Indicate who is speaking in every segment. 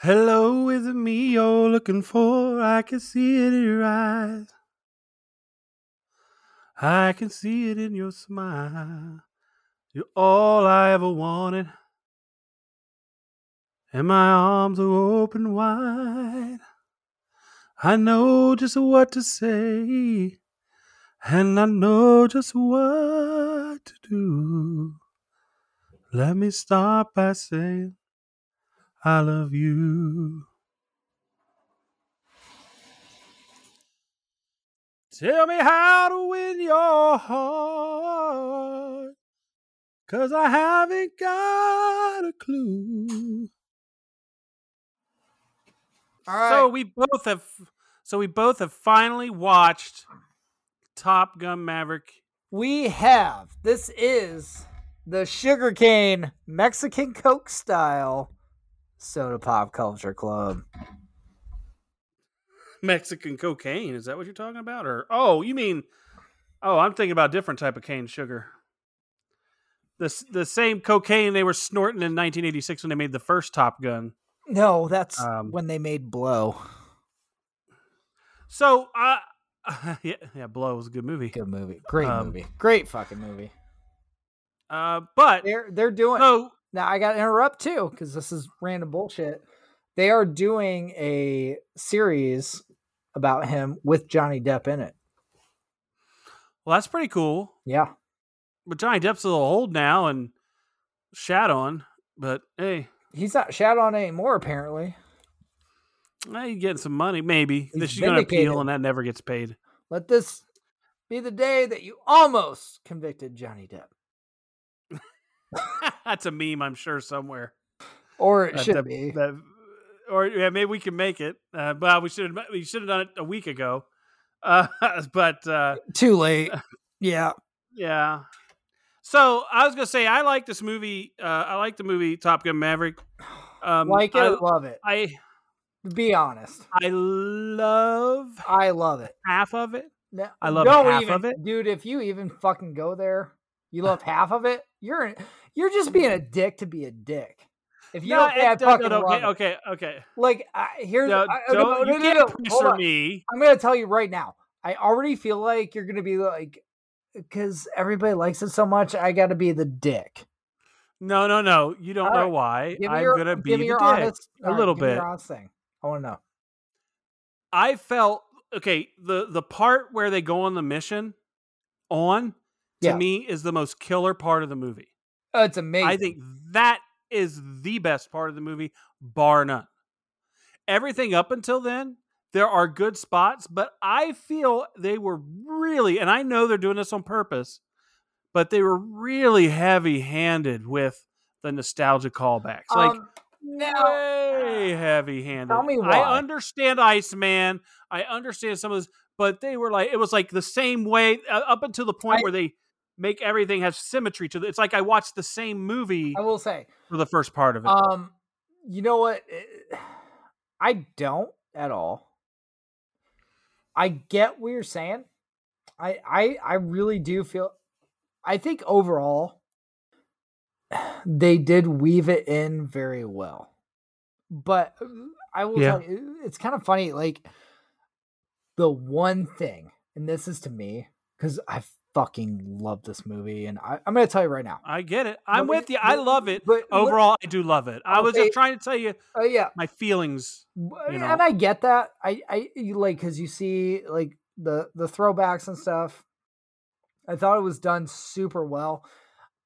Speaker 1: Hello, is it me you're looking for? I can see it in your eyes. I can see it in your smile. You're all I ever wanted, and my arms are open wide. I know just what to say, and I know just what to do. Let me start by saying, I love you. Tell me how to win your heart, cause I haven't got a clue.
Speaker 2: All right.
Speaker 1: So we both have, so we both have finally watched Top Gun Maverick.
Speaker 2: We have this is the sugarcane Mexican Coke style soda pop culture club.
Speaker 1: Mexican cocaine. Is that what you're talking about? Or oh, you mean oh, I'm thinking about a different type of cane sugar. The s- the same cocaine they were snorting in 1986 when they made the first Top Gun.
Speaker 2: No, that's
Speaker 1: Um,
Speaker 2: when they made Blow.
Speaker 1: So uh, yeah, yeah, Blow was a good movie.
Speaker 2: Good movie. Great
Speaker 1: Um,
Speaker 2: movie. Great fucking movie.
Speaker 1: Uh, but
Speaker 2: They're they're doing
Speaker 1: so
Speaker 2: now I gotta interrupt too, because this is random bullshit. They are doing a series about him with Johnny Depp in it.
Speaker 1: well, that's pretty cool.
Speaker 2: Yeah.
Speaker 1: But Johnny Depp's a little old now and shat on. But hey,
Speaker 2: He's not shot on anymore, apparently.
Speaker 1: hey, you getting some money maybe.
Speaker 2: He's
Speaker 1: This is going to appeal
Speaker 2: vindicated.
Speaker 1: and that never gets paid.
Speaker 2: Let this be the day that you almost convicted Johnny Depp.
Speaker 1: that's a meme I'm sure somewhere.
Speaker 2: Or it
Speaker 1: Uh, that-
Speaker 2: should
Speaker 1: that-
Speaker 2: be.
Speaker 1: that- or yeah, maybe we can make it. Uh, but we should have we should have done it a week ago. Uh, but uh,
Speaker 2: Too late. Yeah.
Speaker 1: yeah. So I was gonna say I like this movie. Uh, I like the movie Top Gun Maverick. Um,
Speaker 2: like it
Speaker 1: I,
Speaker 2: or love it.
Speaker 1: I
Speaker 2: Be honest.
Speaker 1: I love
Speaker 2: I love it.
Speaker 1: half of it.
Speaker 2: No,
Speaker 1: I love
Speaker 2: don't
Speaker 1: half
Speaker 2: even,
Speaker 1: of it.
Speaker 2: Dude, if you even fucking go there, you love half of it, you're you're just being a dick to be a dick. If you don't
Speaker 1: it-
Speaker 2: say I
Speaker 1: no, no,
Speaker 2: fucking
Speaker 1: no,
Speaker 2: love
Speaker 1: okay,
Speaker 2: it.
Speaker 1: okay, okay.
Speaker 2: Like I, here's
Speaker 1: No,
Speaker 2: I, no,
Speaker 1: don't,
Speaker 2: no,
Speaker 1: you
Speaker 2: no,
Speaker 1: can't
Speaker 2: no, hold
Speaker 1: pressure
Speaker 2: on.
Speaker 1: me.
Speaker 2: I'm gonna tell you right now. I already feel like you're gonna be like, because everybody likes it so much, I got to be the dick.
Speaker 1: No, no, no. You don't
Speaker 2: All
Speaker 1: know
Speaker 2: right,
Speaker 1: why.
Speaker 2: Give me
Speaker 1: I'm
Speaker 2: your,
Speaker 1: gonna
Speaker 2: give
Speaker 1: be
Speaker 2: me
Speaker 1: the
Speaker 2: your
Speaker 1: dick.
Speaker 2: honest,
Speaker 1: a
Speaker 2: all right,
Speaker 1: little
Speaker 2: give me
Speaker 1: bit.
Speaker 2: your honest thing. I want to know.
Speaker 1: I felt okay. The the part where they go on the mission on to
Speaker 2: Yeah.
Speaker 1: me is the most killer part of the movie.
Speaker 2: Oh, it's amazing.
Speaker 1: I think that is the best part of the movie, bar none. Everything up until then, there are good spots, but I feel they were really, and I know they're doing this on purpose, but they were really heavy handed with the nostalgia callbacks. Like
Speaker 2: um, now,
Speaker 1: way heavy handed.
Speaker 2: Tell me why.
Speaker 1: I understand Iceman. I understand some of this, but they were like, it was like the same way uh, up until the point
Speaker 2: I-
Speaker 1: where they make everything have symmetry to it. It's like I watched the same movie
Speaker 2: I will say,
Speaker 1: for the first part of it.
Speaker 2: um, you know what? I don't at all. I get what you're saying. I, I, I really do feel. I think overall, they did weave it in very well. But uh, I will
Speaker 1: Yeah.
Speaker 2: tell you, it's kind of funny. Like the one thing, and this is to me because I fucking love this movie, and I, I'm going to tell you right now.
Speaker 1: I get it. I'm
Speaker 2: But we-
Speaker 1: with you. I
Speaker 2: but-
Speaker 1: love it.
Speaker 2: But what-
Speaker 1: Overall, I do love it. I
Speaker 2: I'll
Speaker 1: was
Speaker 2: say-
Speaker 1: just trying to tell you
Speaker 2: uh, yeah,
Speaker 1: my feelings.
Speaker 2: w-
Speaker 1: you
Speaker 2: and
Speaker 1: know.
Speaker 2: I get that. I, I you like because you see like the the throwbacks and stuff. I thought it was done super well.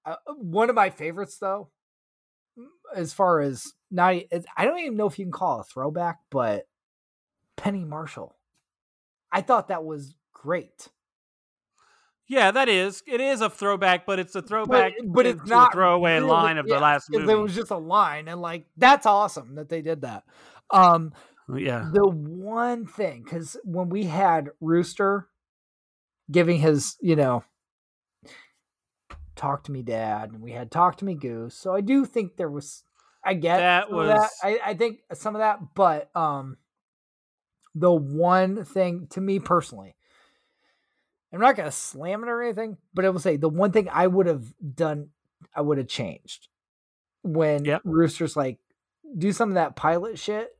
Speaker 2: Uh, one of my favorites, though, m- as far as not, e- it's- I don't even know if you can call it a throwback, but Penny Marshall. I thought that was great,
Speaker 1: Yeah, that is. It is a throwback, but it's a
Speaker 2: but,
Speaker 1: throwback.
Speaker 2: but it's
Speaker 1: to the
Speaker 2: not
Speaker 1: throwaway
Speaker 2: really-
Speaker 1: line of
Speaker 2: yeah,
Speaker 1: the last
Speaker 2: it-
Speaker 1: movie.
Speaker 2: It was just a line, and like that's awesome that they did that. Um,
Speaker 1: yeah.
Speaker 2: the one thing because when we had rooster giving his you know talk to me dad and we had talk to me goose so i do think there was i get
Speaker 1: That
Speaker 2: some of that.
Speaker 1: was-
Speaker 2: I, I think some of that but um the one thing to me personally i'm not gonna slam it or anything but i will say the one thing i would have done i would have changed when
Speaker 1: Yep.
Speaker 2: rooster's like do some of that pilot shit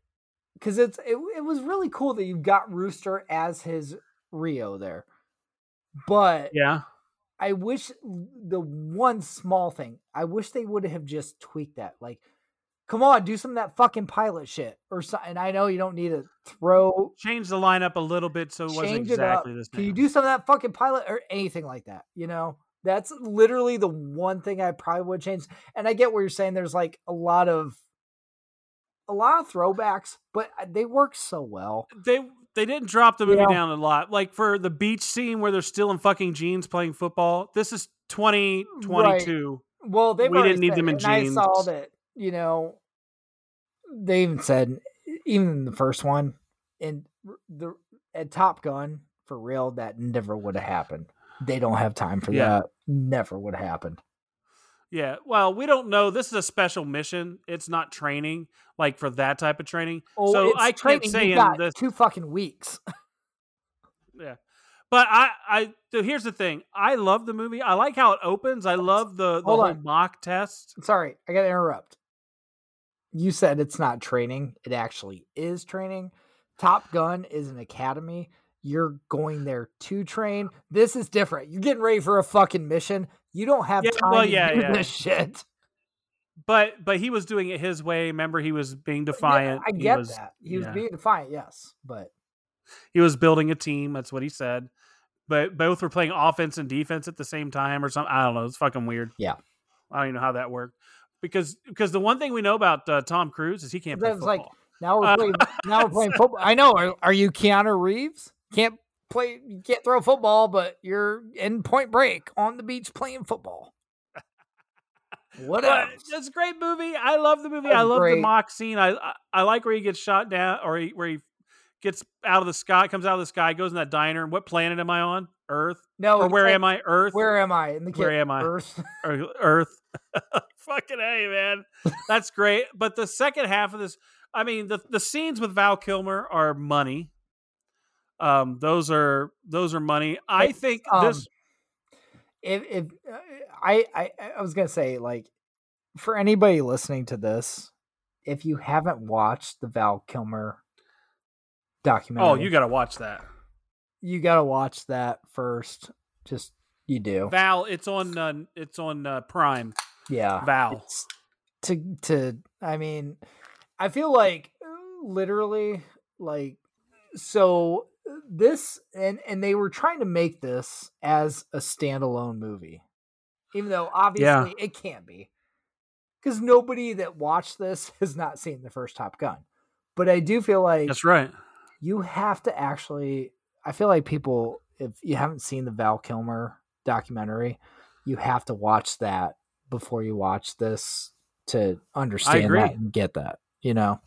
Speaker 2: because it's it, it was really cool that you got Rooster as his Rio there, but
Speaker 1: Yeah.
Speaker 2: I wish the one small thing I wish they would have just tweaked that. Like, come on, do some of that fucking pilot shit or something. I know you don't need to throw
Speaker 1: Change the lineup a little bit so it wasn't
Speaker 2: Change it up.
Speaker 1: exactly the
Speaker 2: Can you
Speaker 1: same.
Speaker 2: do some of that fucking pilot or anything like that? You know, that's literally the one thing I probably would change. And I get what you're saying. There's like a lot of a lot of throwbacks, but uh, they work so well.
Speaker 1: they they didn't drop the movie
Speaker 2: Yeah.
Speaker 1: down a lot. Like for the beach scene where they're still in fucking jeans playing football. This is 2022.
Speaker 2: Well, they
Speaker 1: We didn't need them in
Speaker 2: I saw
Speaker 1: jeans.
Speaker 2: that. You know, they even said e, even in the first one and the at Top Gun for real that never would have happened. They don't have time for
Speaker 1: Yeah.
Speaker 2: that. Never would have happened.
Speaker 1: Yeah. Well, we don't know. This is a special mission. It's not training like for that type of training.
Speaker 2: Oh,
Speaker 1: so
Speaker 2: it's
Speaker 1: I
Speaker 2: training.
Speaker 1: can't
Speaker 2: You
Speaker 1: say in
Speaker 2: got
Speaker 1: this
Speaker 2: two fucking weeks.
Speaker 1: But I, I, so here's the thing. I love the movie. I like how it opens. I love the, the whole
Speaker 2: Hold on.
Speaker 1: mock test.
Speaker 2: Sorry, I got to interrupt. You said it's not training. It actually is training. Top Gun is an academy. You're going there to train. This is different. You're getting ready for a fucking mission. You don't have
Speaker 1: Yeah,
Speaker 2: time
Speaker 1: well,
Speaker 2: to
Speaker 1: yeah,
Speaker 2: do
Speaker 1: yeah.
Speaker 2: this shit.
Speaker 1: But, but he was doing it his way. Remember, he was being defiant.
Speaker 2: I
Speaker 1: He
Speaker 2: get
Speaker 1: was-
Speaker 2: that. He was
Speaker 1: yeah.
Speaker 2: being defiant, yes, but
Speaker 1: He was building a team. That's what he said. But both were playing offense and defense at the same time or something. I don't know. It's fucking weird.
Speaker 2: Yeah.
Speaker 1: I don't even know how that worked. Because, because the one thing we know about uh, Tom Cruise is he can't play
Speaker 2: That's like-
Speaker 1: football.
Speaker 2: now we're
Speaker 1: Uh,
Speaker 2: playing. now we're playing football. I know. Are, are you Keanu Reeves? Can't play. You can't throw football, but you're in Point Break on the beach playing football. What
Speaker 1: But
Speaker 2: else?
Speaker 1: it's a great movie. I love the movie.
Speaker 2: Oh,
Speaker 1: I love
Speaker 2: great.
Speaker 1: the mock scene. I, I I like where he gets shot down or he, where he gets out of the sky, comes out of the sky, goes in that diner. What planet am I on? Earth
Speaker 2: No.
Speaker 1: or
Speaker 2: you
Speaker 1: where
Speaker 2: can't-
Speaker 1: am I? Earth.
Speaker 2: Oh, Where am I? In the
Speaker 1: Where am I?
Speaker 2: Earth.
Speaker 1: Or Earth. Fucking hey, man, that's great. But the second half of this, I mean, the the scenes with Val Kilmer are money. Um, those are those are money. I
Speaker 2: It's,
Speaker 1: think
Speaker 2: um,
Speaker 1: this.
Speaker 2: If, if uh, I, I I was gonna say like for anybody listening to this, if you haven't watched the Val Kilmer documentary,
Speaker 1: Oh, you got to watch that,
Speaker 2: you gotta watch that first. Just you do,
Speaker 1: Val. It's on. Uh, it's on uh, Prime.
Speaker 2: yeah.
Speaker 1: Val.
Speaker 2: Ah, It's- to to I mean, I feel like uh, literally like so uh, this and and they were trying to make this as a standalone movie, even though obviously it can't be, because nobody that watched this has not seen the first Top Gun. But I do feel like
Speaker 1: That's right.
Speaker 2: you have to actually i feel like people if you haven't seen the val kilmer documentary you have to watch that before you watch this to understand
Speaker 1: agree.
Speaker 2: that and get that you know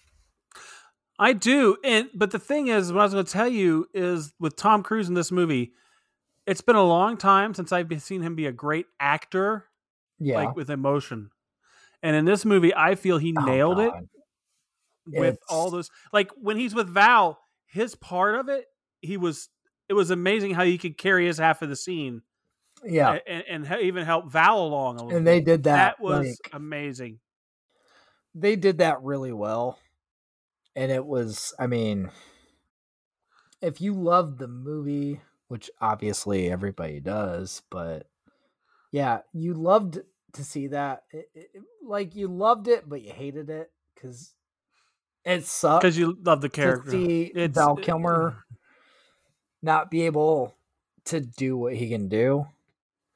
Speaker 1: I do, and but the thing is, what I was going to tell you is with Tom Cruise in this movie, it's been a long time since I've been- seen him be a great actor,
Speaker 2: yeah
Speaker 1: like with emotion. And in this movie, I feel he
Speaker 2: Oh,
Speaker 1: nailed it
Speaker 2: God.
Speaker 1: with
Speaker 2: It's-
Speaker 1: all those. Like when he's with Val, his part of it, he was. It was amazing how he could carry his half of the scene
Speaker 2: yeah
Speaker 1: a- and, and, he- even help Val along a little.
Speaker 2: and
Speaker 1: bit.
Speaker 2: they did that
Speaker 1: that was
Speaker 2: like,
Speaker 1: amazing.
Speaker 2: they did that really well and it was i mean if you love the movie which obviously everybody does but yeah you loved to see that It- it- it- like you loved it but you hated it because it sucked
Speaker 1: Because you love the
Speaker 2: to
Speaker 1: character.
Speaker 2: see
Speaker 1: It's-
Speaker 2: val kilmer not be able to do what he can do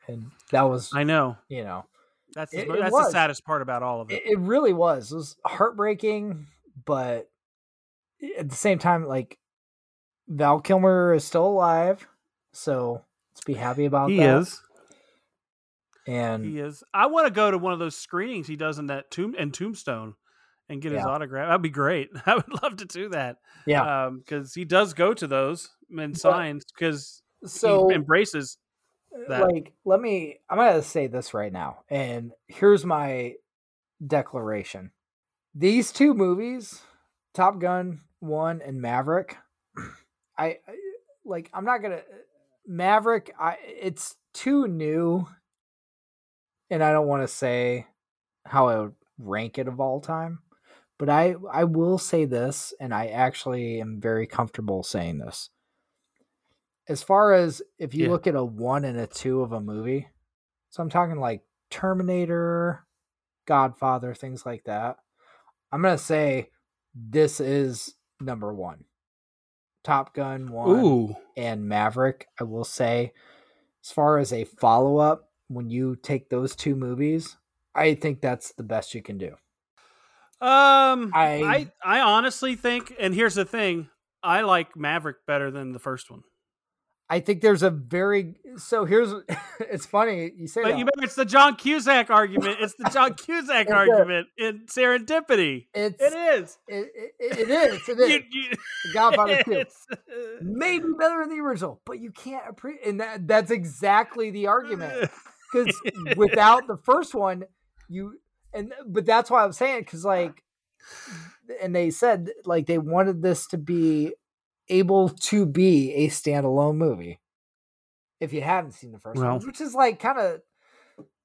Speaker 2: and that was
Speaker 1: I know.
Speaker 2: you know
Speaker 1: That's the,
Speaker 2: It- it
Speaker 1: that's the
Speaker 2: was.
Speaker 1: saddest part about all of it.
Speaker 2: it, it really was. It was heartbreaking, but at the same time, like Val Kilmer is still alive, so let's be happy about
Speaker 1: he
Speaker 2: that.
Speaker 1: is.
Speaker 2: and
Speaker 1: He is. I want to go to one of those screenings he does in that tomb in Tombstone and get his
Speaker 2: Yeah.
Speaker 1: autograph. That'd be great. I would love to do that.
Speaker 2: yeah,
Speaker 1: Um, because he does go to those and signs because
Speaker 2: so
Speaker 1: he embraces. that.
Speaker 2: like, let me. I'm gonna say this right now, and here's my declaration: these two movies, Top Gun One and Maverick, I, I like. I'm not gonna Maverick. I it's too new, and I don't want to say how I would rank it of all time, But I I will say this, and I actually am very comfortable saying this. As far as if you
Speaker 1: Yeah.
Speaker 2: look at a one and a two of a movie, so I'm talking like Terminator, Godfather, things like that. I'm gonna say this is number one. Top Gun one
Speaker 1: Ooh.
Speaker 2: and Maverick, I will say, as far as a follow up, when you take those two movies, I think that's the best you can do.
Speaker 1: Um,
Speaker 2: I-
Speaker 1: I, I honestly think, and here's the thing, I like Maverick better than the first one.
Speaker 2: I think there's a very so here's it's funny you say
Speaker 1: But you
Speaker 2: that.
Speaker 1: remember, it's the John Cusack argument. It's the John Cusack
Speaker 2: is.
Speaker 1: argument in Serendipity.
Speaker 2: it's it
Speaker 1: It is.
Speaker 2: is it, it is it is
Speaker 1: You- you-
Speaker 2: The Godfather two
Speaker 1: it's-
Speaker 2: maybe better than the original, but you can't appreciate and that, that's exactly the argument. because without the first one, you and but that's why I'm saying because like, and they said like they wanted this to be able to be a standalone movie. If you haven't seen the first
Speaker 1: Well.
Speaker 2: one, which is like kind of,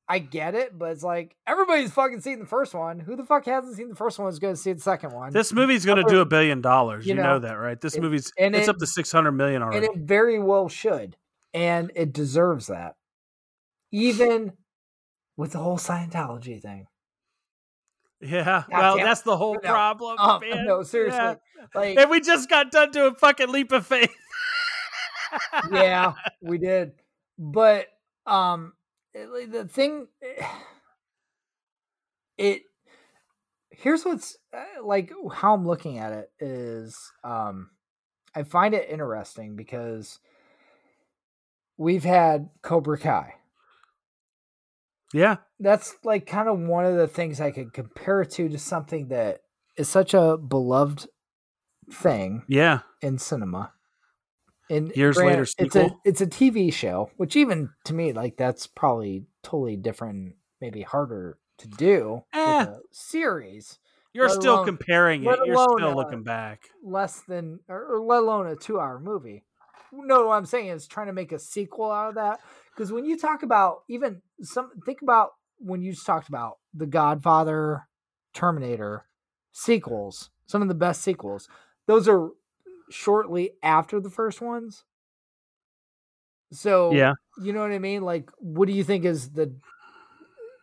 Speaker 2: I get it, but it's like everybody's fucking seen the first one. Who the fuck hasn't seen the first one is going to see the second one?
Speaker 1: This movie's going to do a billion dollars.
Speaker 2: You
Speaker 1: You,
Speaker 2: know,
Speaker 1: know, that, right? This
Speaker 2: it-
Speaker 1: movie's
Speaker 2: and
Speaker 1: it's
Speaker 2: it-
Speaker 1: up to six hundred million already.
Speaker 2: and it very well should, and it deserves that, even with the whole Scientology thing.
Speaker 1: yeah. Well,
Speaker 2: damn.
Speaker 1: that's the whole
Speaker 2: No.
Speaker 1: problem.
Speaker 2: Oh,
Speaker 1: man.
Speaker 2: no, seriously.
Speaker 1: Yeah.
Speaker 2: Like,
Speaker 1: And we just got done doing fucking leap of faith.
Speaker 2: yeah, we did. But um it- like, the thing eh, it here's what's uh, like how I'm looking at it is um I find it interesting because we've had Cobra Kai.
Speaker 1: Yeah.
Speaker 2: That's like kind of one of the things I could compare it to to something that is such a beloved thing
Speaker 1: Yeah.
Speaker 2: in cinema. And
Speaker 1: Years later
Speaker 2: it's a
Speaker 1: sequel.
Speaker 2: it's a TV show, which even to me, like that's probably totally different, maybe harder to do. with
Speaker 1: Eh.
Speaker 2: a series
Speaker 1: You're
Speaker 2: Let
Speaker 1: still
Speaker 2: alone-
Speaker 1: comparing it.
Speaker 2: let
Speaker 1: You're
Speaker 2: alone,
Speaker 1: still
Speaker 2: uh,
Speaker 1: looking back.
Speaker 2: less than, or, or let alone a two-hour movie. No, what I'm saying is trying to make a sequel out of that because when you talk about even some, think about when you just talked about the Godfather, Terminator sequels, some of the best sequels. Those are shortly after the first ones. So
Speaker 1: Yeah.
Speaker 2: you know what I mean? Like, what do you think is the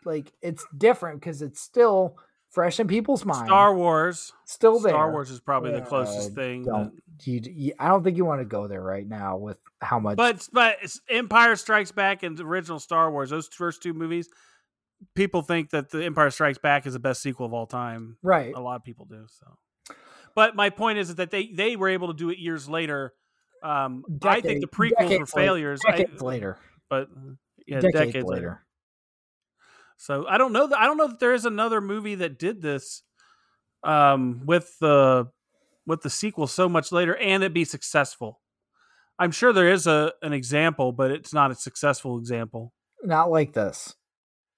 Speaker 2: like? It's different because it's still fresh in people's minds.
Speaker 1: Star Wars.
Speaker 2: still there.
Speaker 1: Star Wars is probably the
Speaker 2: Yeah, oh,
Speaker 1: closest thing. that-
Speaker 2: Don't you, you- I don't think you want to go there right now with how much.
Speaker 1: But but it's- Empire Strikes Back and the original Star Wars, those first two movies, people think that the Empire Strikes Back is the best sequel of all time.
Speaker 2: right,
Speaker 1: A lot of people do. So, but my point is that they they were able to do it years later. Um, I think the
Speaker 2: Decade-
Speaker 1: prequels were
Speaker 2: decades later-
Speaker 1: failures, I-
Speaker 2: decades later,
Speaker 1: but uh, yeah,
Speaker 2: decades,
Speaker 1: decades, later. So I don't know. That, I don't know that there is another movie that did this um, with the with the sequel so much later and it be successful. I'm sure there is a an example, but it's not a successful example.
Speaker 2: not like this,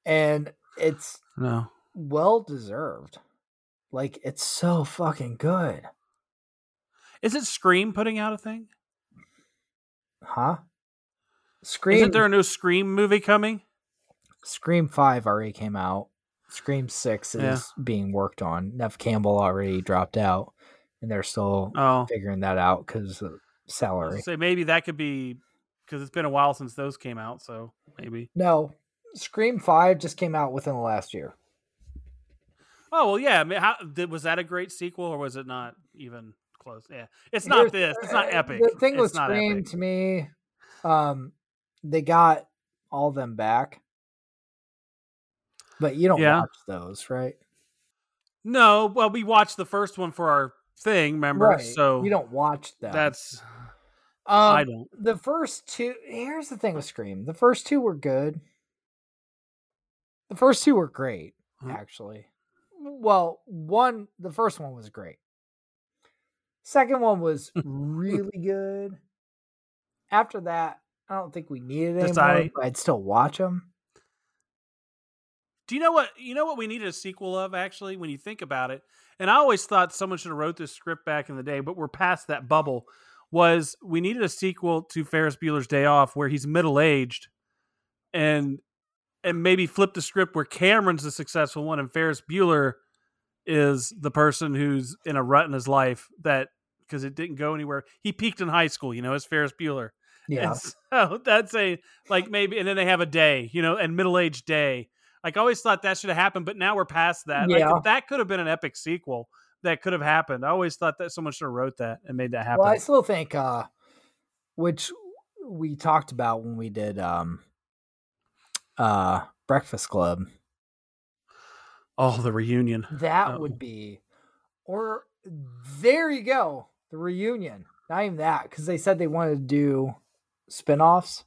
Speaker 2: and it's
Speaker 1: No.
Speaker 2: well deserved. Like it's so fucking good,
Speaker 1: Is it Scream putting out a thing?
Speaker 2: huh? Scream,
Speaker 1: Isn't there a new Scream movie coming?
Speaker 2: Scream Five already came out. Scream Six is
Speaker 1: Yeah.
Speaker 2: being worked on. Nev Campbell already dropped out, and they're still
Speaker 1: Oh,
Speaker 2: figuring that out because of salary.
Speaker 1: so maybe that could be because it's been a while since those came out. So maybe.
Speaker 2: No, Scream Five just came out within the last year.
Speaker 1: Oh well, yeah. I mean, how, did, was that a great sequel or was it not even close? Yeah, it's
Speaker 2: Here's-
Speaker 1: not this. It's
Speaker 2: uh,
Speaker 1: not epic.
Speaker 2: The thing
Speaker 1: it's
Speaker 2: with
Speaker 1: not
Speaker 2: Scream
Speaker 1: epic.
Speaker 2: to me, um, they got all them back, but you don't
Speaker 1: Yeah.
Speaker 2: watch those, right?
Speaker 1: No, well, we watched the first one for our thing, remember?
Speaker 2: Right.
Speaker 1: So
Speaker 2: you don't watch them.
Speaker 1: That's
Speaker 2: um,
Speaker 1: I don't.
Speaker 2: the first two. Here's the thing with Scream: the first two were good. The first two were great,
Speaker 1: Mhm.
Speaker 2: actually. Well, one, the first one was great. Second one was really good. After that, I don't think we needed
Speaker 1: Just
Speaker 2: anymore.
Speaker 1: I-
Speaker 2: but I'd still watch them.
Speaker 1: Do you know what? You know what we needed a sequel of actually when you think about it. And I always thought someone should have wrote this script back in the day, but we're past that bubble. Was we needed a sequel to Ferris Bueller's Day Off where he's middle aged, and and maybe flip the script where Cameron's the successful one and Ferris Bueller is the person who's in a rut in his life that because it didn't go anywhere. He peaked in high school, you know, as Ferris Bueller.
Speaker 2: Yeah.
Speaker 1: And so that's a like maybe, and then they have a day, you know, and middle aged day. Like I always thought that should have happened, but now we're past that.
Speaker 2: Yeah.
Speaker 1: Like if that could have been an epic sequel that could have happened. I always thought that someone should have wrote that and made that happen.
Speaker 2: Well, I still think uh which we talked about when we did um uh Breakfast Club.
Speaker 1: oh, the reunion.
Speaker 2: That
Speaker 1: Oh.
Speaker 2: would be or there you go. The reunion. Not even that, because they said they wanted to do spin-offs.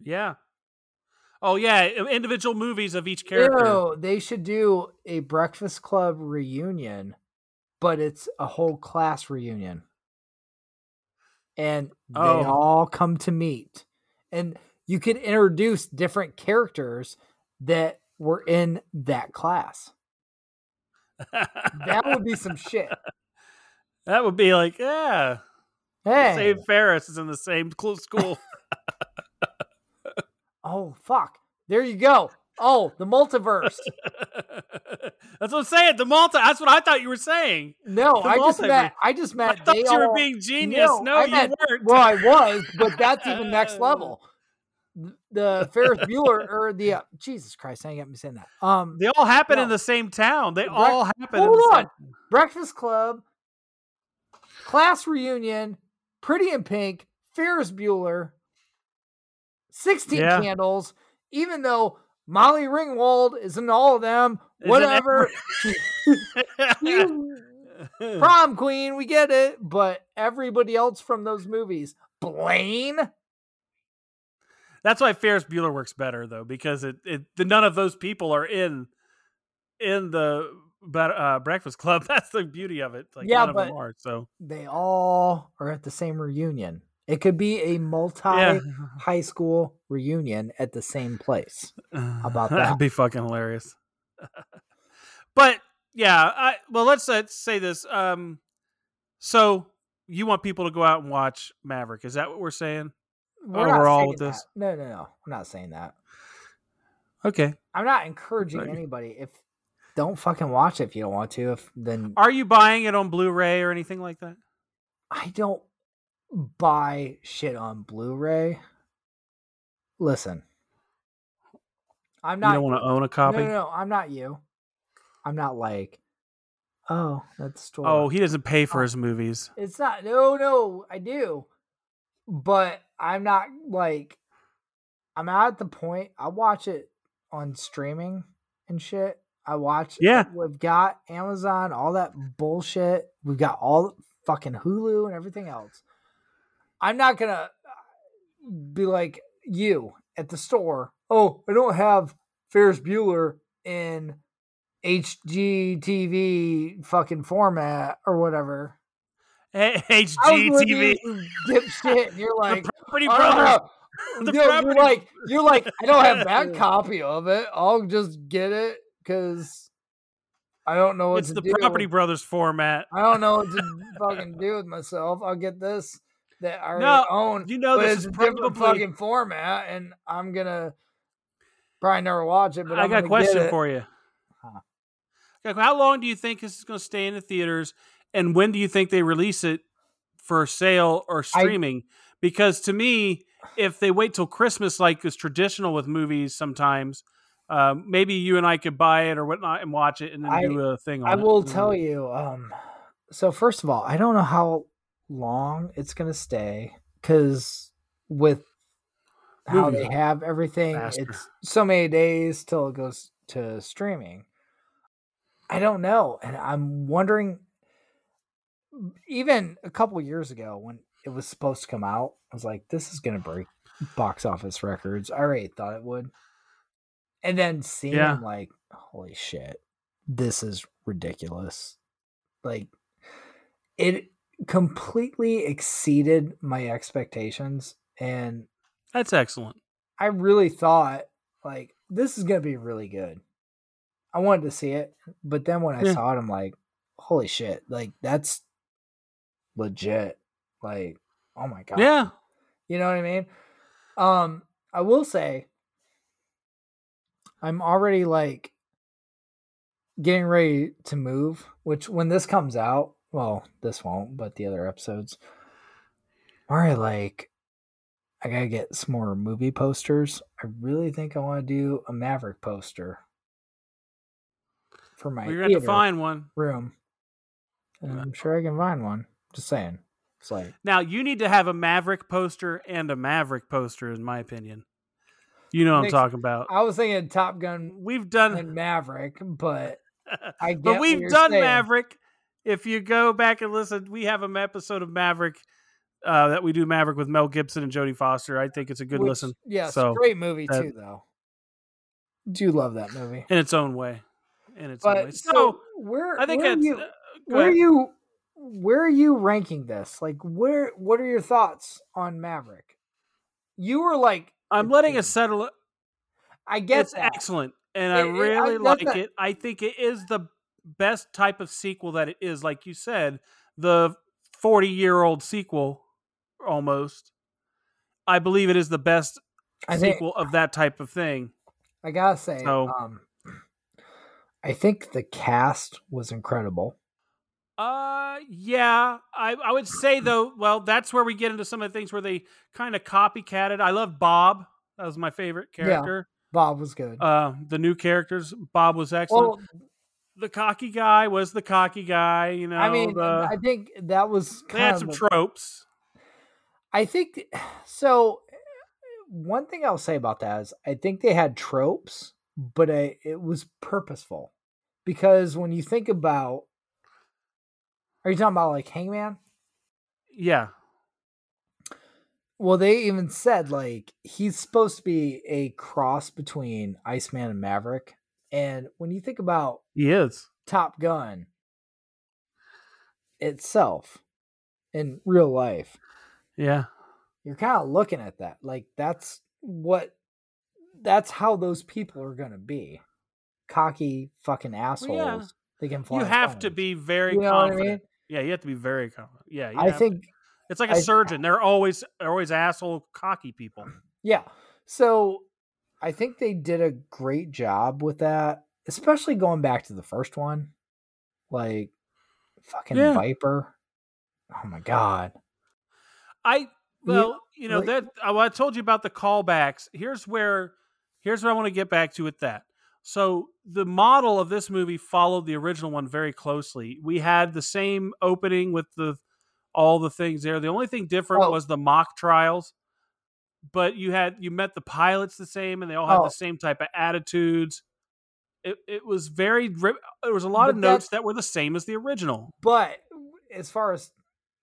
Speaker 1: Yeah. Oh yeah, i- individual movies of each character.
Speaker 2: Ew, they should do a Breakfast Club reunion, but it's a whole class reunion. And they
Speaker 1: Oh.
Speaker 2: all come to meet. And you could introduce different characters that were in that class. That would be some shit.
Speaker 1: that would be like yeah.
Speaker 2: Hey.
Speaker 1: Save Ferris is in the same cl- school.
Speaker 2: Oh, fuck. There you go. Oh, the multiverse.
Speaker 1: that's what I'm saying. The multi. That's what I thought you were saying.
Speaker 2: No,
Speaker 1: The
Speaker 2: I just
Speaker 1: multiverse.
Speaker 2: meant I just
Speaker 1: I
Speaker 2: meant
Speaker 1: thought
Speaker 2: they
Speaker 1: you were
Speaker 2: all-
Speaker 1: being genius.
Speaker 2: No,
Speaker 1: No,
Speaker 2: I
Speaker 1: you
Speaker 2: meant-
Speaker 1: weren't.
Speaker 2: Well, I was, but that's even next level. The Ferris Bueller or the uh, Jesus Christ, hang up me saying that. Um,
Speaker 1: They all happen in
Speaker 2: No.
Speaker 1: the same town. They
Speaker 2: Breakf-
Speaker 1: all happen. in
Speaker 2: hold
Speaker 1: the
Speaker 2: on,
Speaker 1: same-
Speaker 2: Breakfast Club, class reunion, Pretty in Pink, Ferris Bueller, Sixteen
Speaker 1: Yeah.
Speaker 2: Candles. Even though Molly Ringwald is in all of them,
Speaker 1: Is in
Speaker 2: whatever. You prom queen, we get it, but everybody else from those movies, Blaine.
Speaker 1: That's why Ferris Bueller works better though, because it, it the, none of those people are in in the but, uh, Breakfast Club. That's the beauty of it. Like
Speaker 2: Yeah,
Speaker 1: none
Speaker 2: but-
Speaker 1: of them are. So
Speaker 2: they all are at the same reunion. It could be a multi
Speaker 1: yeah,
Speaker 2: high school reunion at the same place. about that?
Speaker 1: That'd be fucking hilarious. but yeah, I, well, let's, uh say this. Um, so you want people to go out and watch Maverick? Is that what we're saying? Oh,
Speaker 2: not
Speaker 1: we're all
Speaker 2: saying
Speaker 1: with
Speaker 2: that.
Speaker 1: this.
Speaker 2: No, no, no. I'm not saying that.
Speaker 1: Okay.
Speaker 2: I'm not encouraging
Speaker 1: Okay.
Speaker 2: anybody. If don't fucking watch it if you don't want to. If then
Speaker 1: Are you buying it on Blu-ray or anything like that?
Speaker 2: I don't buy shit on Blu-ray. Listen, I'm
Speaker 1: you
Speaker 2: not.
Speaker 1: don't want to own a
Speaker 2: no,
Speaker 1: copy.
Speaker 2: no, no. I'm not you. I'm not like. Oh, that's store.
Speaker 1: Oh, he doesn't pay for his movies.
Speaker 2: It's not. No, no, I do. But I'm not like I'm not at the point. I watch it on streaming and shit. I watch.
Speaker 1: Yeah.
Speaker 2: we've got Amazon, all that bullshit. We've got all fucking Hulu and everything else. I'm not gonna uh, be like you at the store. Oh, I don't have Ferris Bueller in HGTV fucking format or whatever.
Speaker 1: Hey,
Speaker 2: I was with
Speaker 1: HGTV,
Speaker 2: you, dipshit. And you're like,
Speaker 1: the Property
Speaker 2: "Oh,
Speaker 1: Brothers.
Speaker 2: no,
Speaker 1: The
Speaker 2: no," you're
Speaker 1: property-
Speaker 2: like, you're like, I don't have that copy of it. I'll just get it because I don't know what
Speaker 1: It's
Speaker 2: to
Speaker 1: the
Speaker 2: do.
Speaker 1: Property Brothers format.
Speaker 2: I don't know what to fucking do with myself. I'll get this that I already
Speaker 1: No,
Speaker 2: own.
Speaker 1: You know
Speaker 2: but
Speaker 1: this
Speaker 2: it's
Speaker 1: is
Speaker 2: a different
Speaker 1: probably.
Speaker 2: fucking format, and I'm gonna probably never watch it. But
Speaker 1: I
Speaker 2: I'm
Speaker 1: got a
Speaker 2: gonna
Speaker 1: question
Speaker 2: get it.
Speaker 1: for you.
Speaker 2: Huh.
Speaker 1: Okay, How long do you think this is going to stay in the theaters, and when do you think they release it for sale or streaming? because to me, if they wait till Christmas, like is traditional with movies, sometimes. Um, maybe you and I could buy it or whatnot and watch it and then
Speaker 2: I-
Speaker 1: do a thing on
Speaker 2: I
Speaker 1: it. Mm-hmm.
Speaker 2: will tell you. Um, so first of all, I don't know how long it's gonna stay because with how
Speaker 1: Movies
Speaker 2: they
Speaker 1: are
Speaker 2: have everything,
Speaker 1: faster.
Speaker 2: it's so many days till it goes to streaming. I don't know, and I'm wondering. Even a couple years ago, when it was supposed to come out, I was like, "This is gonna break box office records." I already thought it would, and then seeing
Speaker 1: Yeah.
Speaker 2: like, "Holy shit, this is ridiculous!" Like, it completely exceeded my expectations, and
Speaker 1: That's excellent.
Speaker 2: I really thought like this is gonna be really good. I wanted to see it, but then when I
Speaker 1: Yeah.
Speaker 2: saw it, I'm like, holy shit! Like that's legit. Like, oh my god.
Speaker 1: Yeah.
Speaker 2: You know what I mean? Um, I will say I'm already like getting ready to move, which when this comes out, well, this won't, but the other episodes are like, I gotta get some more movie posters. I really think I want to do a Maverick poster for my
Speaker 1: We're gonna have to
Speaker 2: theater
Speaker 1: find Uh, one.
Speaker 2: room, and I'm sure I can find one. Just saying, it's like
Speaker 1: Now you need to have a Maverick poster and a Maverick poster, in my opinion. You know what I'm
Speaker 2: Makes-
Speaker 1: talking about.
Speaker 2: I was thinking Top Gun
Speaker 1: We've done
Speaker 2: and Maverick, but I get
Speaker 1: but
Speaker 2: what
Speaker 1: we've
Speaker 2: you're
Speaker 1: done
Speaker 2: saying.
Speaker 1: Maverick. If you go back and listen, we have an episode of Maverick uh, that we do Maverick with Mel Gibson and Jodie Foster. I think it's a good
Speaker 2: which-
Speaker 1: listen
Speaker 2: Yes,
Speaker 1: So,
Speaker 2: great movie
Speaker 1: that-
Speaker 2: too, though. Do love that movie.
Speaker 1: in its own way. In its own way.
Speaker 2: But
Speaker 1: So,
Speaker 2: so, where
Speaker 1: I think
Speaker 2: where are
Speaker 1: it's
Speaker 2: you,
Speaker 1: uh, go
Speaker 2: where are
Speaker 1: ahead.
Speaker 2: you where are you ranking this? Like where what are your thoughts on Maverick? You were like,
Speaker 1: I'm letting it
Speaker 2: it's-
Speaker 1: settle.
Speaker 2: I get
Speaker 1: It's
Speaker 2: that.
Speaker 1: excellent, and
Speaker 2: It-
Speaker 1: I
Speaker 2: it- I-
Speaker 1: really
Speaker 2: that's
Speaker 1: like
Speaker 2: not-
Speaker 1: it. I think it is the best type of sequel that it is. Like you said, the 40 year old sequel, almost. I believe it is the best
Speaker 2: I think
Speaker 1: sequel of that type of thing.
Speaker 2: I gotta say,
Speaker 1: So-
Speaker 2: um, I think the cast was incredible.
Speaker 1: Uh, yeah, I I would say though, well, that's where we get into some of the things where they kind of copycatted. I love Bob. That was my favorite
Speaker 2: Yeah.
Speaker 1: character.
Speaker 2: Bob was good.
Speaker 1: Uh, the new characters, Bob was excellent.
Speaker 2: well,
Speaker 1: the cocky guy was the cocky guy. You know,
Speaker 2: I mean,
Speaker 1: the-
Speaker 2: I think that was
Speaker 1: they
Speaker 2: kind
Speaker 1: had
Speaker 2: of
Speaker 1: some
Speaker 2: the-
Speaker 1: tropes.
Speaker 2: I think so. One thing I'll say about that is I think they had tropes, but I, it was purposeful because when you think about, are you talking about like Hangman?
Speaker 1: Yeah,
Speaker 2: Well, they even said like he's supposed to be a cross between Iceman and Maverick, and when you think about
Speaker 1: he is.
Speaker 2: Top Gun itself in real life,
Speaker 1: Yeah,
Speaker 2: you're kind of looking at that like that's what that's how those people are going to be cocky fucking assholes
Speaker 1: yeah.
Speaker 2: they can fly
Speaker 1: you have to
Speaker 2: planes.
Speaker 1: be very
Speaker 2: you know what i
Speaker 1: confident.
Speaker 2: mean
Speaker 1: Yeah, you have to be very confident. Yeah, you
Speaker 2: i
Speaker 1: have to-
Speaker 2: think
Speaker 1: it's like
Speaker 2: I-
Speaker 1: a surgeon. They're always they're always asshole cocky people.
Speaker 2: yeah so i think they did a great job with that especially going back to the first one like fucking
Speaker 1: Yeah.
Speaker 2: viper oh my god
Speaker 1: I well, you know
Speaker 2: like-
Speaker 1: that I, I told you about the callbacks. Here's where here's where I want to get back to with that. So the model of this movie followed the original one very closely. We had the same opening with the all the things there. The only thing different
Speaker 2: Oh.
Speaker 1: was the mock trials. But you had you met the pilots the same, and they all had
Speaker 2: Oh.
Speaker 1: the same type of attitudes. It it was very ri- there was a lot of
Speaker 2: But
Speaker 1: notes
Speaker 2: that's-
Speaker 1: that were the same as the original.
Speaker 2: but as far as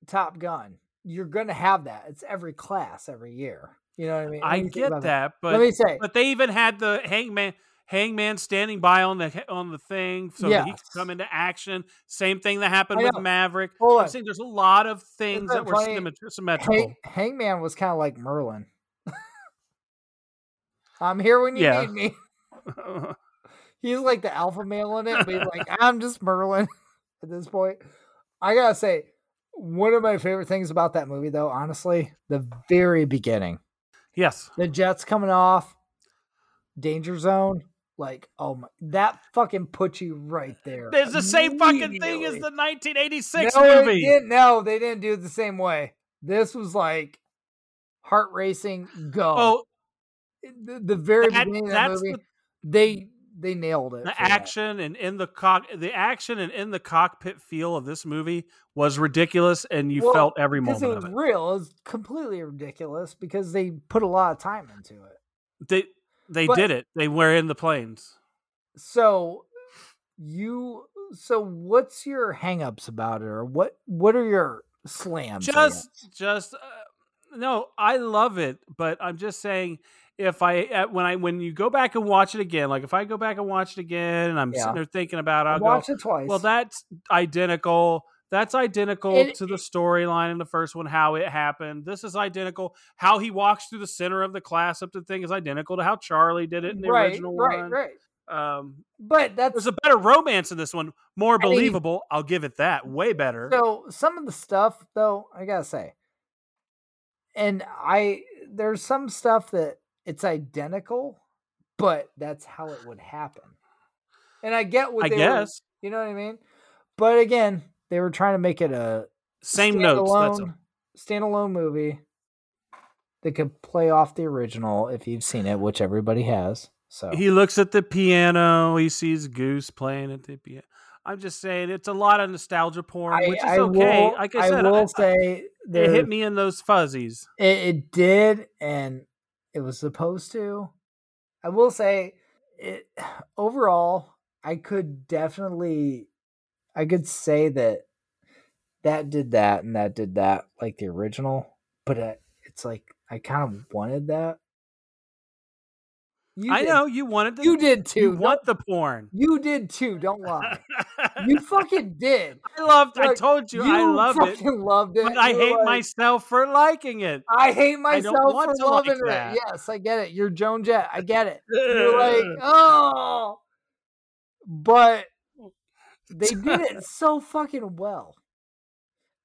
Speaker 2: top gun you're going to have that it's every class every year you know what i mean When
Speaker 1: I
Speaker 2: you think
Speaker 1: get
Speaker 2: about
Speaker 1: that, but
Speaker 2: let me say
Speaker 1: But they even had the hangman hangman standing by on the on the thing so that he could
Speaker 2: Yes.
Speaker 1: come into action. Same thing that happened
Speaker 2: I
Speaker 1: with
Speaker 2: know.
Speaker 1: Maverick.
Speaker 2: Hold
Speaker 1: I'm
Speaker 2: on.
Speaker 1: saying there's a lot of things
Speaker 2: that
Speaker 1: that were
Speaker 2: funny?
Speaker 1: symmetri- symmetrical.
Speaker 2: Hang, Hangman was kind of like Merlin. I'm here when you
Speaker 1: Yeah.
Speaker 2: need me. He's like the alpha male in it, but he's like, I'm just Merlin at this point. I gotta say, one of my favorite things about that movie, though, honestly, the very beginning,
Speaker 1: yes,
Speaker 2: the jets coming off, danger zone, like, oh my, that fucking puts you right there.
Speaker 1: there's the same fucking thing as
Speaker 2: immediately.
Speaker 1: the 1986
Speaker 2: no, it
Speaker 1: movie.
Speaker 2: didn't- no, they didn't do it the same way. This was like heart racing. Go.
Speaker 1: Oh,
Speaker 2: the, the very
Speaker 1: that-
Speaker 2: beginning of that
Speaker 1: that's
Speaker 2: movie,
Speaker 1: the,
Speaker 2: they they nailed it.
Speaker 1: the
Speaker 2: for that.
Speaker 1: action and in the cock the action and in the cockpit feel of this movie was ridiculous, and you
Speaker 2: Well,
Speaker 1: felt every
Speaker 2: because
Speaker 1: moment
Speaker 2: it
Speaker 1: of
Speaker 2: was
Speaker 1: it.
Speaker 2: real. It was completely ridiculous because they put a lot of time into it.
Speaker 1: They they
Speaker 2: but-
Speaker 1: did it. They were in the planes.
Speaker 2: So you, so what's your hangups about it, or what what are your slams? I
Speaker 1: just
Speaker 2: guess?
Speaker 1: just uh, no i love it but i'm just saying if i uh, when i when you go back and watch it again like if i go back and watch it again and i'm
Speaker 2: Yeah.
Speaker 1: sitting there thinking about it
Speaker 2: I
Speaker 1: i'll go
Speaker 2: watched it twice.
Speaker 1: well that's identical that's identical
Speaker 2: And
Speaker 1: to the
Speaker 2: it-
Speaker 1: storyline in the first one how it happened this is identical how he walks through the center of the class up to the thing is identical to how charlie did it in the
Speaker 2: right,
Speaker 1: original
Speaker 2: right,
Speaker 1: one
Speaker 2: right.
Speaker 1: um
Speaker 2: But that's
Speaker 1: there's a better romance in this one more
Speaker 2: mean-
Speaker 1: believable i'll give it that way better
Speaker 2: So some of the stuff though, I gotta say, and I there's some stuff that it's identical, but that's how it would happen. and I get what
Speaker 1: I
Speaker 2: they
Speaker 1: guess.
Speaker 2: Were, you know what I mean? But again, they were trying to make it a
Speaker 1: Same notes. That's all.
Speaker 2: standalone- standalone movie that could play off the original if you've seen it, which everybody has. So
Speaker 1: He looks at the piano. He sees Goose playing at the piano. I'm just saying, it's a lot of nostalgia porn, which is okay.
Speaker 2: Will,
Speaker 1: like I said,
Speaker 2: will
Speaker 1: I-
Speaker 2: say
Speaker 1: it
Speaker 2: there,
Speaker 1: hit me in those fuzzies.
Speaker 2: It, it did, and it was supposed to. I will say, it overall, I could definitely, I could say that that did that and that did that like the original, but I, it's like I kind of wanted that. You
Speaker 1: I
Speaker 2: did-
Speaker 1: know you wanted the,
Speaker 2: you did too.
Speaker 1: you
Speaker 2: don't-
Speaker 1: want the porn.
Speaker 2: you did too. Don't lie.
Speaker 1: I
Speaker 2: You fucking did.
Speaker 1: loved. I
Speaker 2: Look,
Speaker 1: told you, I loved it,
Speaker 2: fucking loved it.
Speaker 1: but I
Speaker 2: You're
Speaker 1: hate
Speaker 2: like-
Speaker 1: myself for liking it.
Speaker 2: I hate
Speaker 1: don't
Speaker 2: myself
Speaker 1: want
Speaker 2: for
Speaker 1: to like
Speaker 2: loving
Speaker 1: that.
Speaker 2: it. Yes, I get it. You're Joan Jett. I get it. You're like, oh, but
Speaker 1: Mm.
Speaker 2: they did it so fucking well.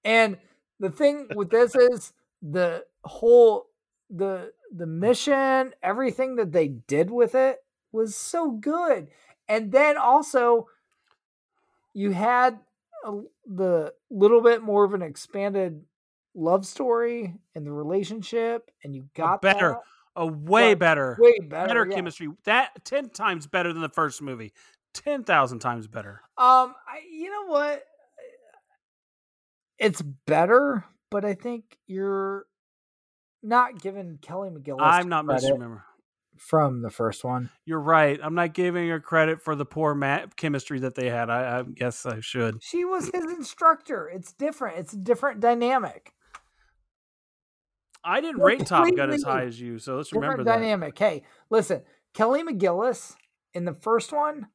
Speaker 2: And the thing with this is the whole the the
Speaker 1: Mm.
Speaker 2: mission, everything that they did with it was so good. And then also you had a, the little bit more of an expanded love story and the relationship and you got
Speaker 1: better- a way
Speaker 2: Well,
Speaker 1: better,
Speaker 2: that. way better,
Speaker 1: better
Speaker 2: yeah.
Speaker 1: chemistry. That ten times better than the first movie. Ten thousand times better.
Speaker 2: Um, I, you know what? It's better, but I think you're not giving Kelly McGillis.
Speaker 1: I'm not
Speaker 2: credit
Speaker 1: misremembering.
Speaker 2: from the first one.
Speaker 1: You're right. I'm not giving her credit for the poor ma- chemistry that they had. I, I guess I should.
Speaker 2: She was his instructor. It's different. It's a different dynamic.
Speaker 1: I didn't
Speaker 2: Well,
Speaker 1: rate Top Gun as
Speaker 2: completely
Speaker 1: high as you, so let's remember
Speaker 2: Different
Speaker 1: that.
Speaker 2: dynamic. Hey, listen, Kelly McGillis in the first one,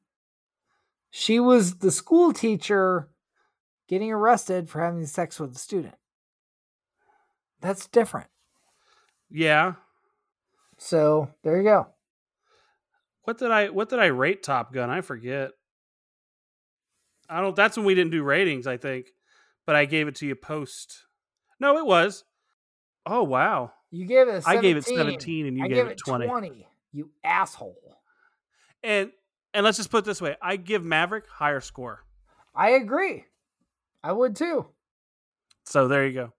Speaker 2: she was the school teacher getting arrested for having sex with a student. That's different.
Speaker 1: Yeah.
Speaker 2: So there you go.
Speaker 1: What did I What did I rate Top Gun? I forget. I don't. That's when we didn't do ratings. I think, but I gave it to you post. No, it was. Oh wow!
Speaker 2: You gave it. A
Speaker 1: I gave it 17, and you
Speaker 2: I
Speaker 1: gave, it 20.
Speaker 2: 20. You asshole.
Speaker 1: And and let's just put it this way: I give Maverick higher score.
Speaker 2: I agree. I would too.
Speaker 1: So there you go.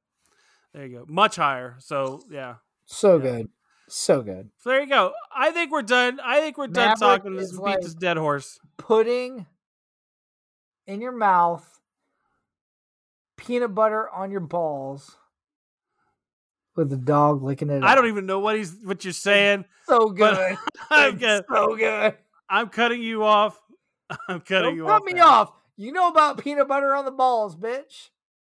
Speaker 1: There you go. Much higher. So yeah.
Speaker 2: So
Speaker 1: Yeah.
Speaker 2: good. So good.
Speaker 1: So there you go. I think we're done. I think we're done
Speaker 2: Maverick
Speaker 1: talking. Let's
Speaker 2: is
Speaker 1: beat
Speaker 2: like-
Speaker 1: this dead horse.
Speaker 2: Pudding in your mouth, peanut butter on your balls, with the dog licking it.
Speaker 1: I don't
Speaker 2: up.
Speaker 1: even know what he's what you're saying.
Speaker 2: So
Speaker 1: but-
Speaker 2: good.
Speaker 1: I'm,
Speaker 2: It's
Speaker 1: gonna-
Speaker 2: so good.
Speaker 1: I'm cutting you off. I'm cutting
Speaker 2: Don't
Speaker 1: you
Speaker 2: cut
Speaker 1: off.
Speaker 2: me
Speaker 1: now.
Speaker 2: off. You know about peanut butter on the balls, bitch.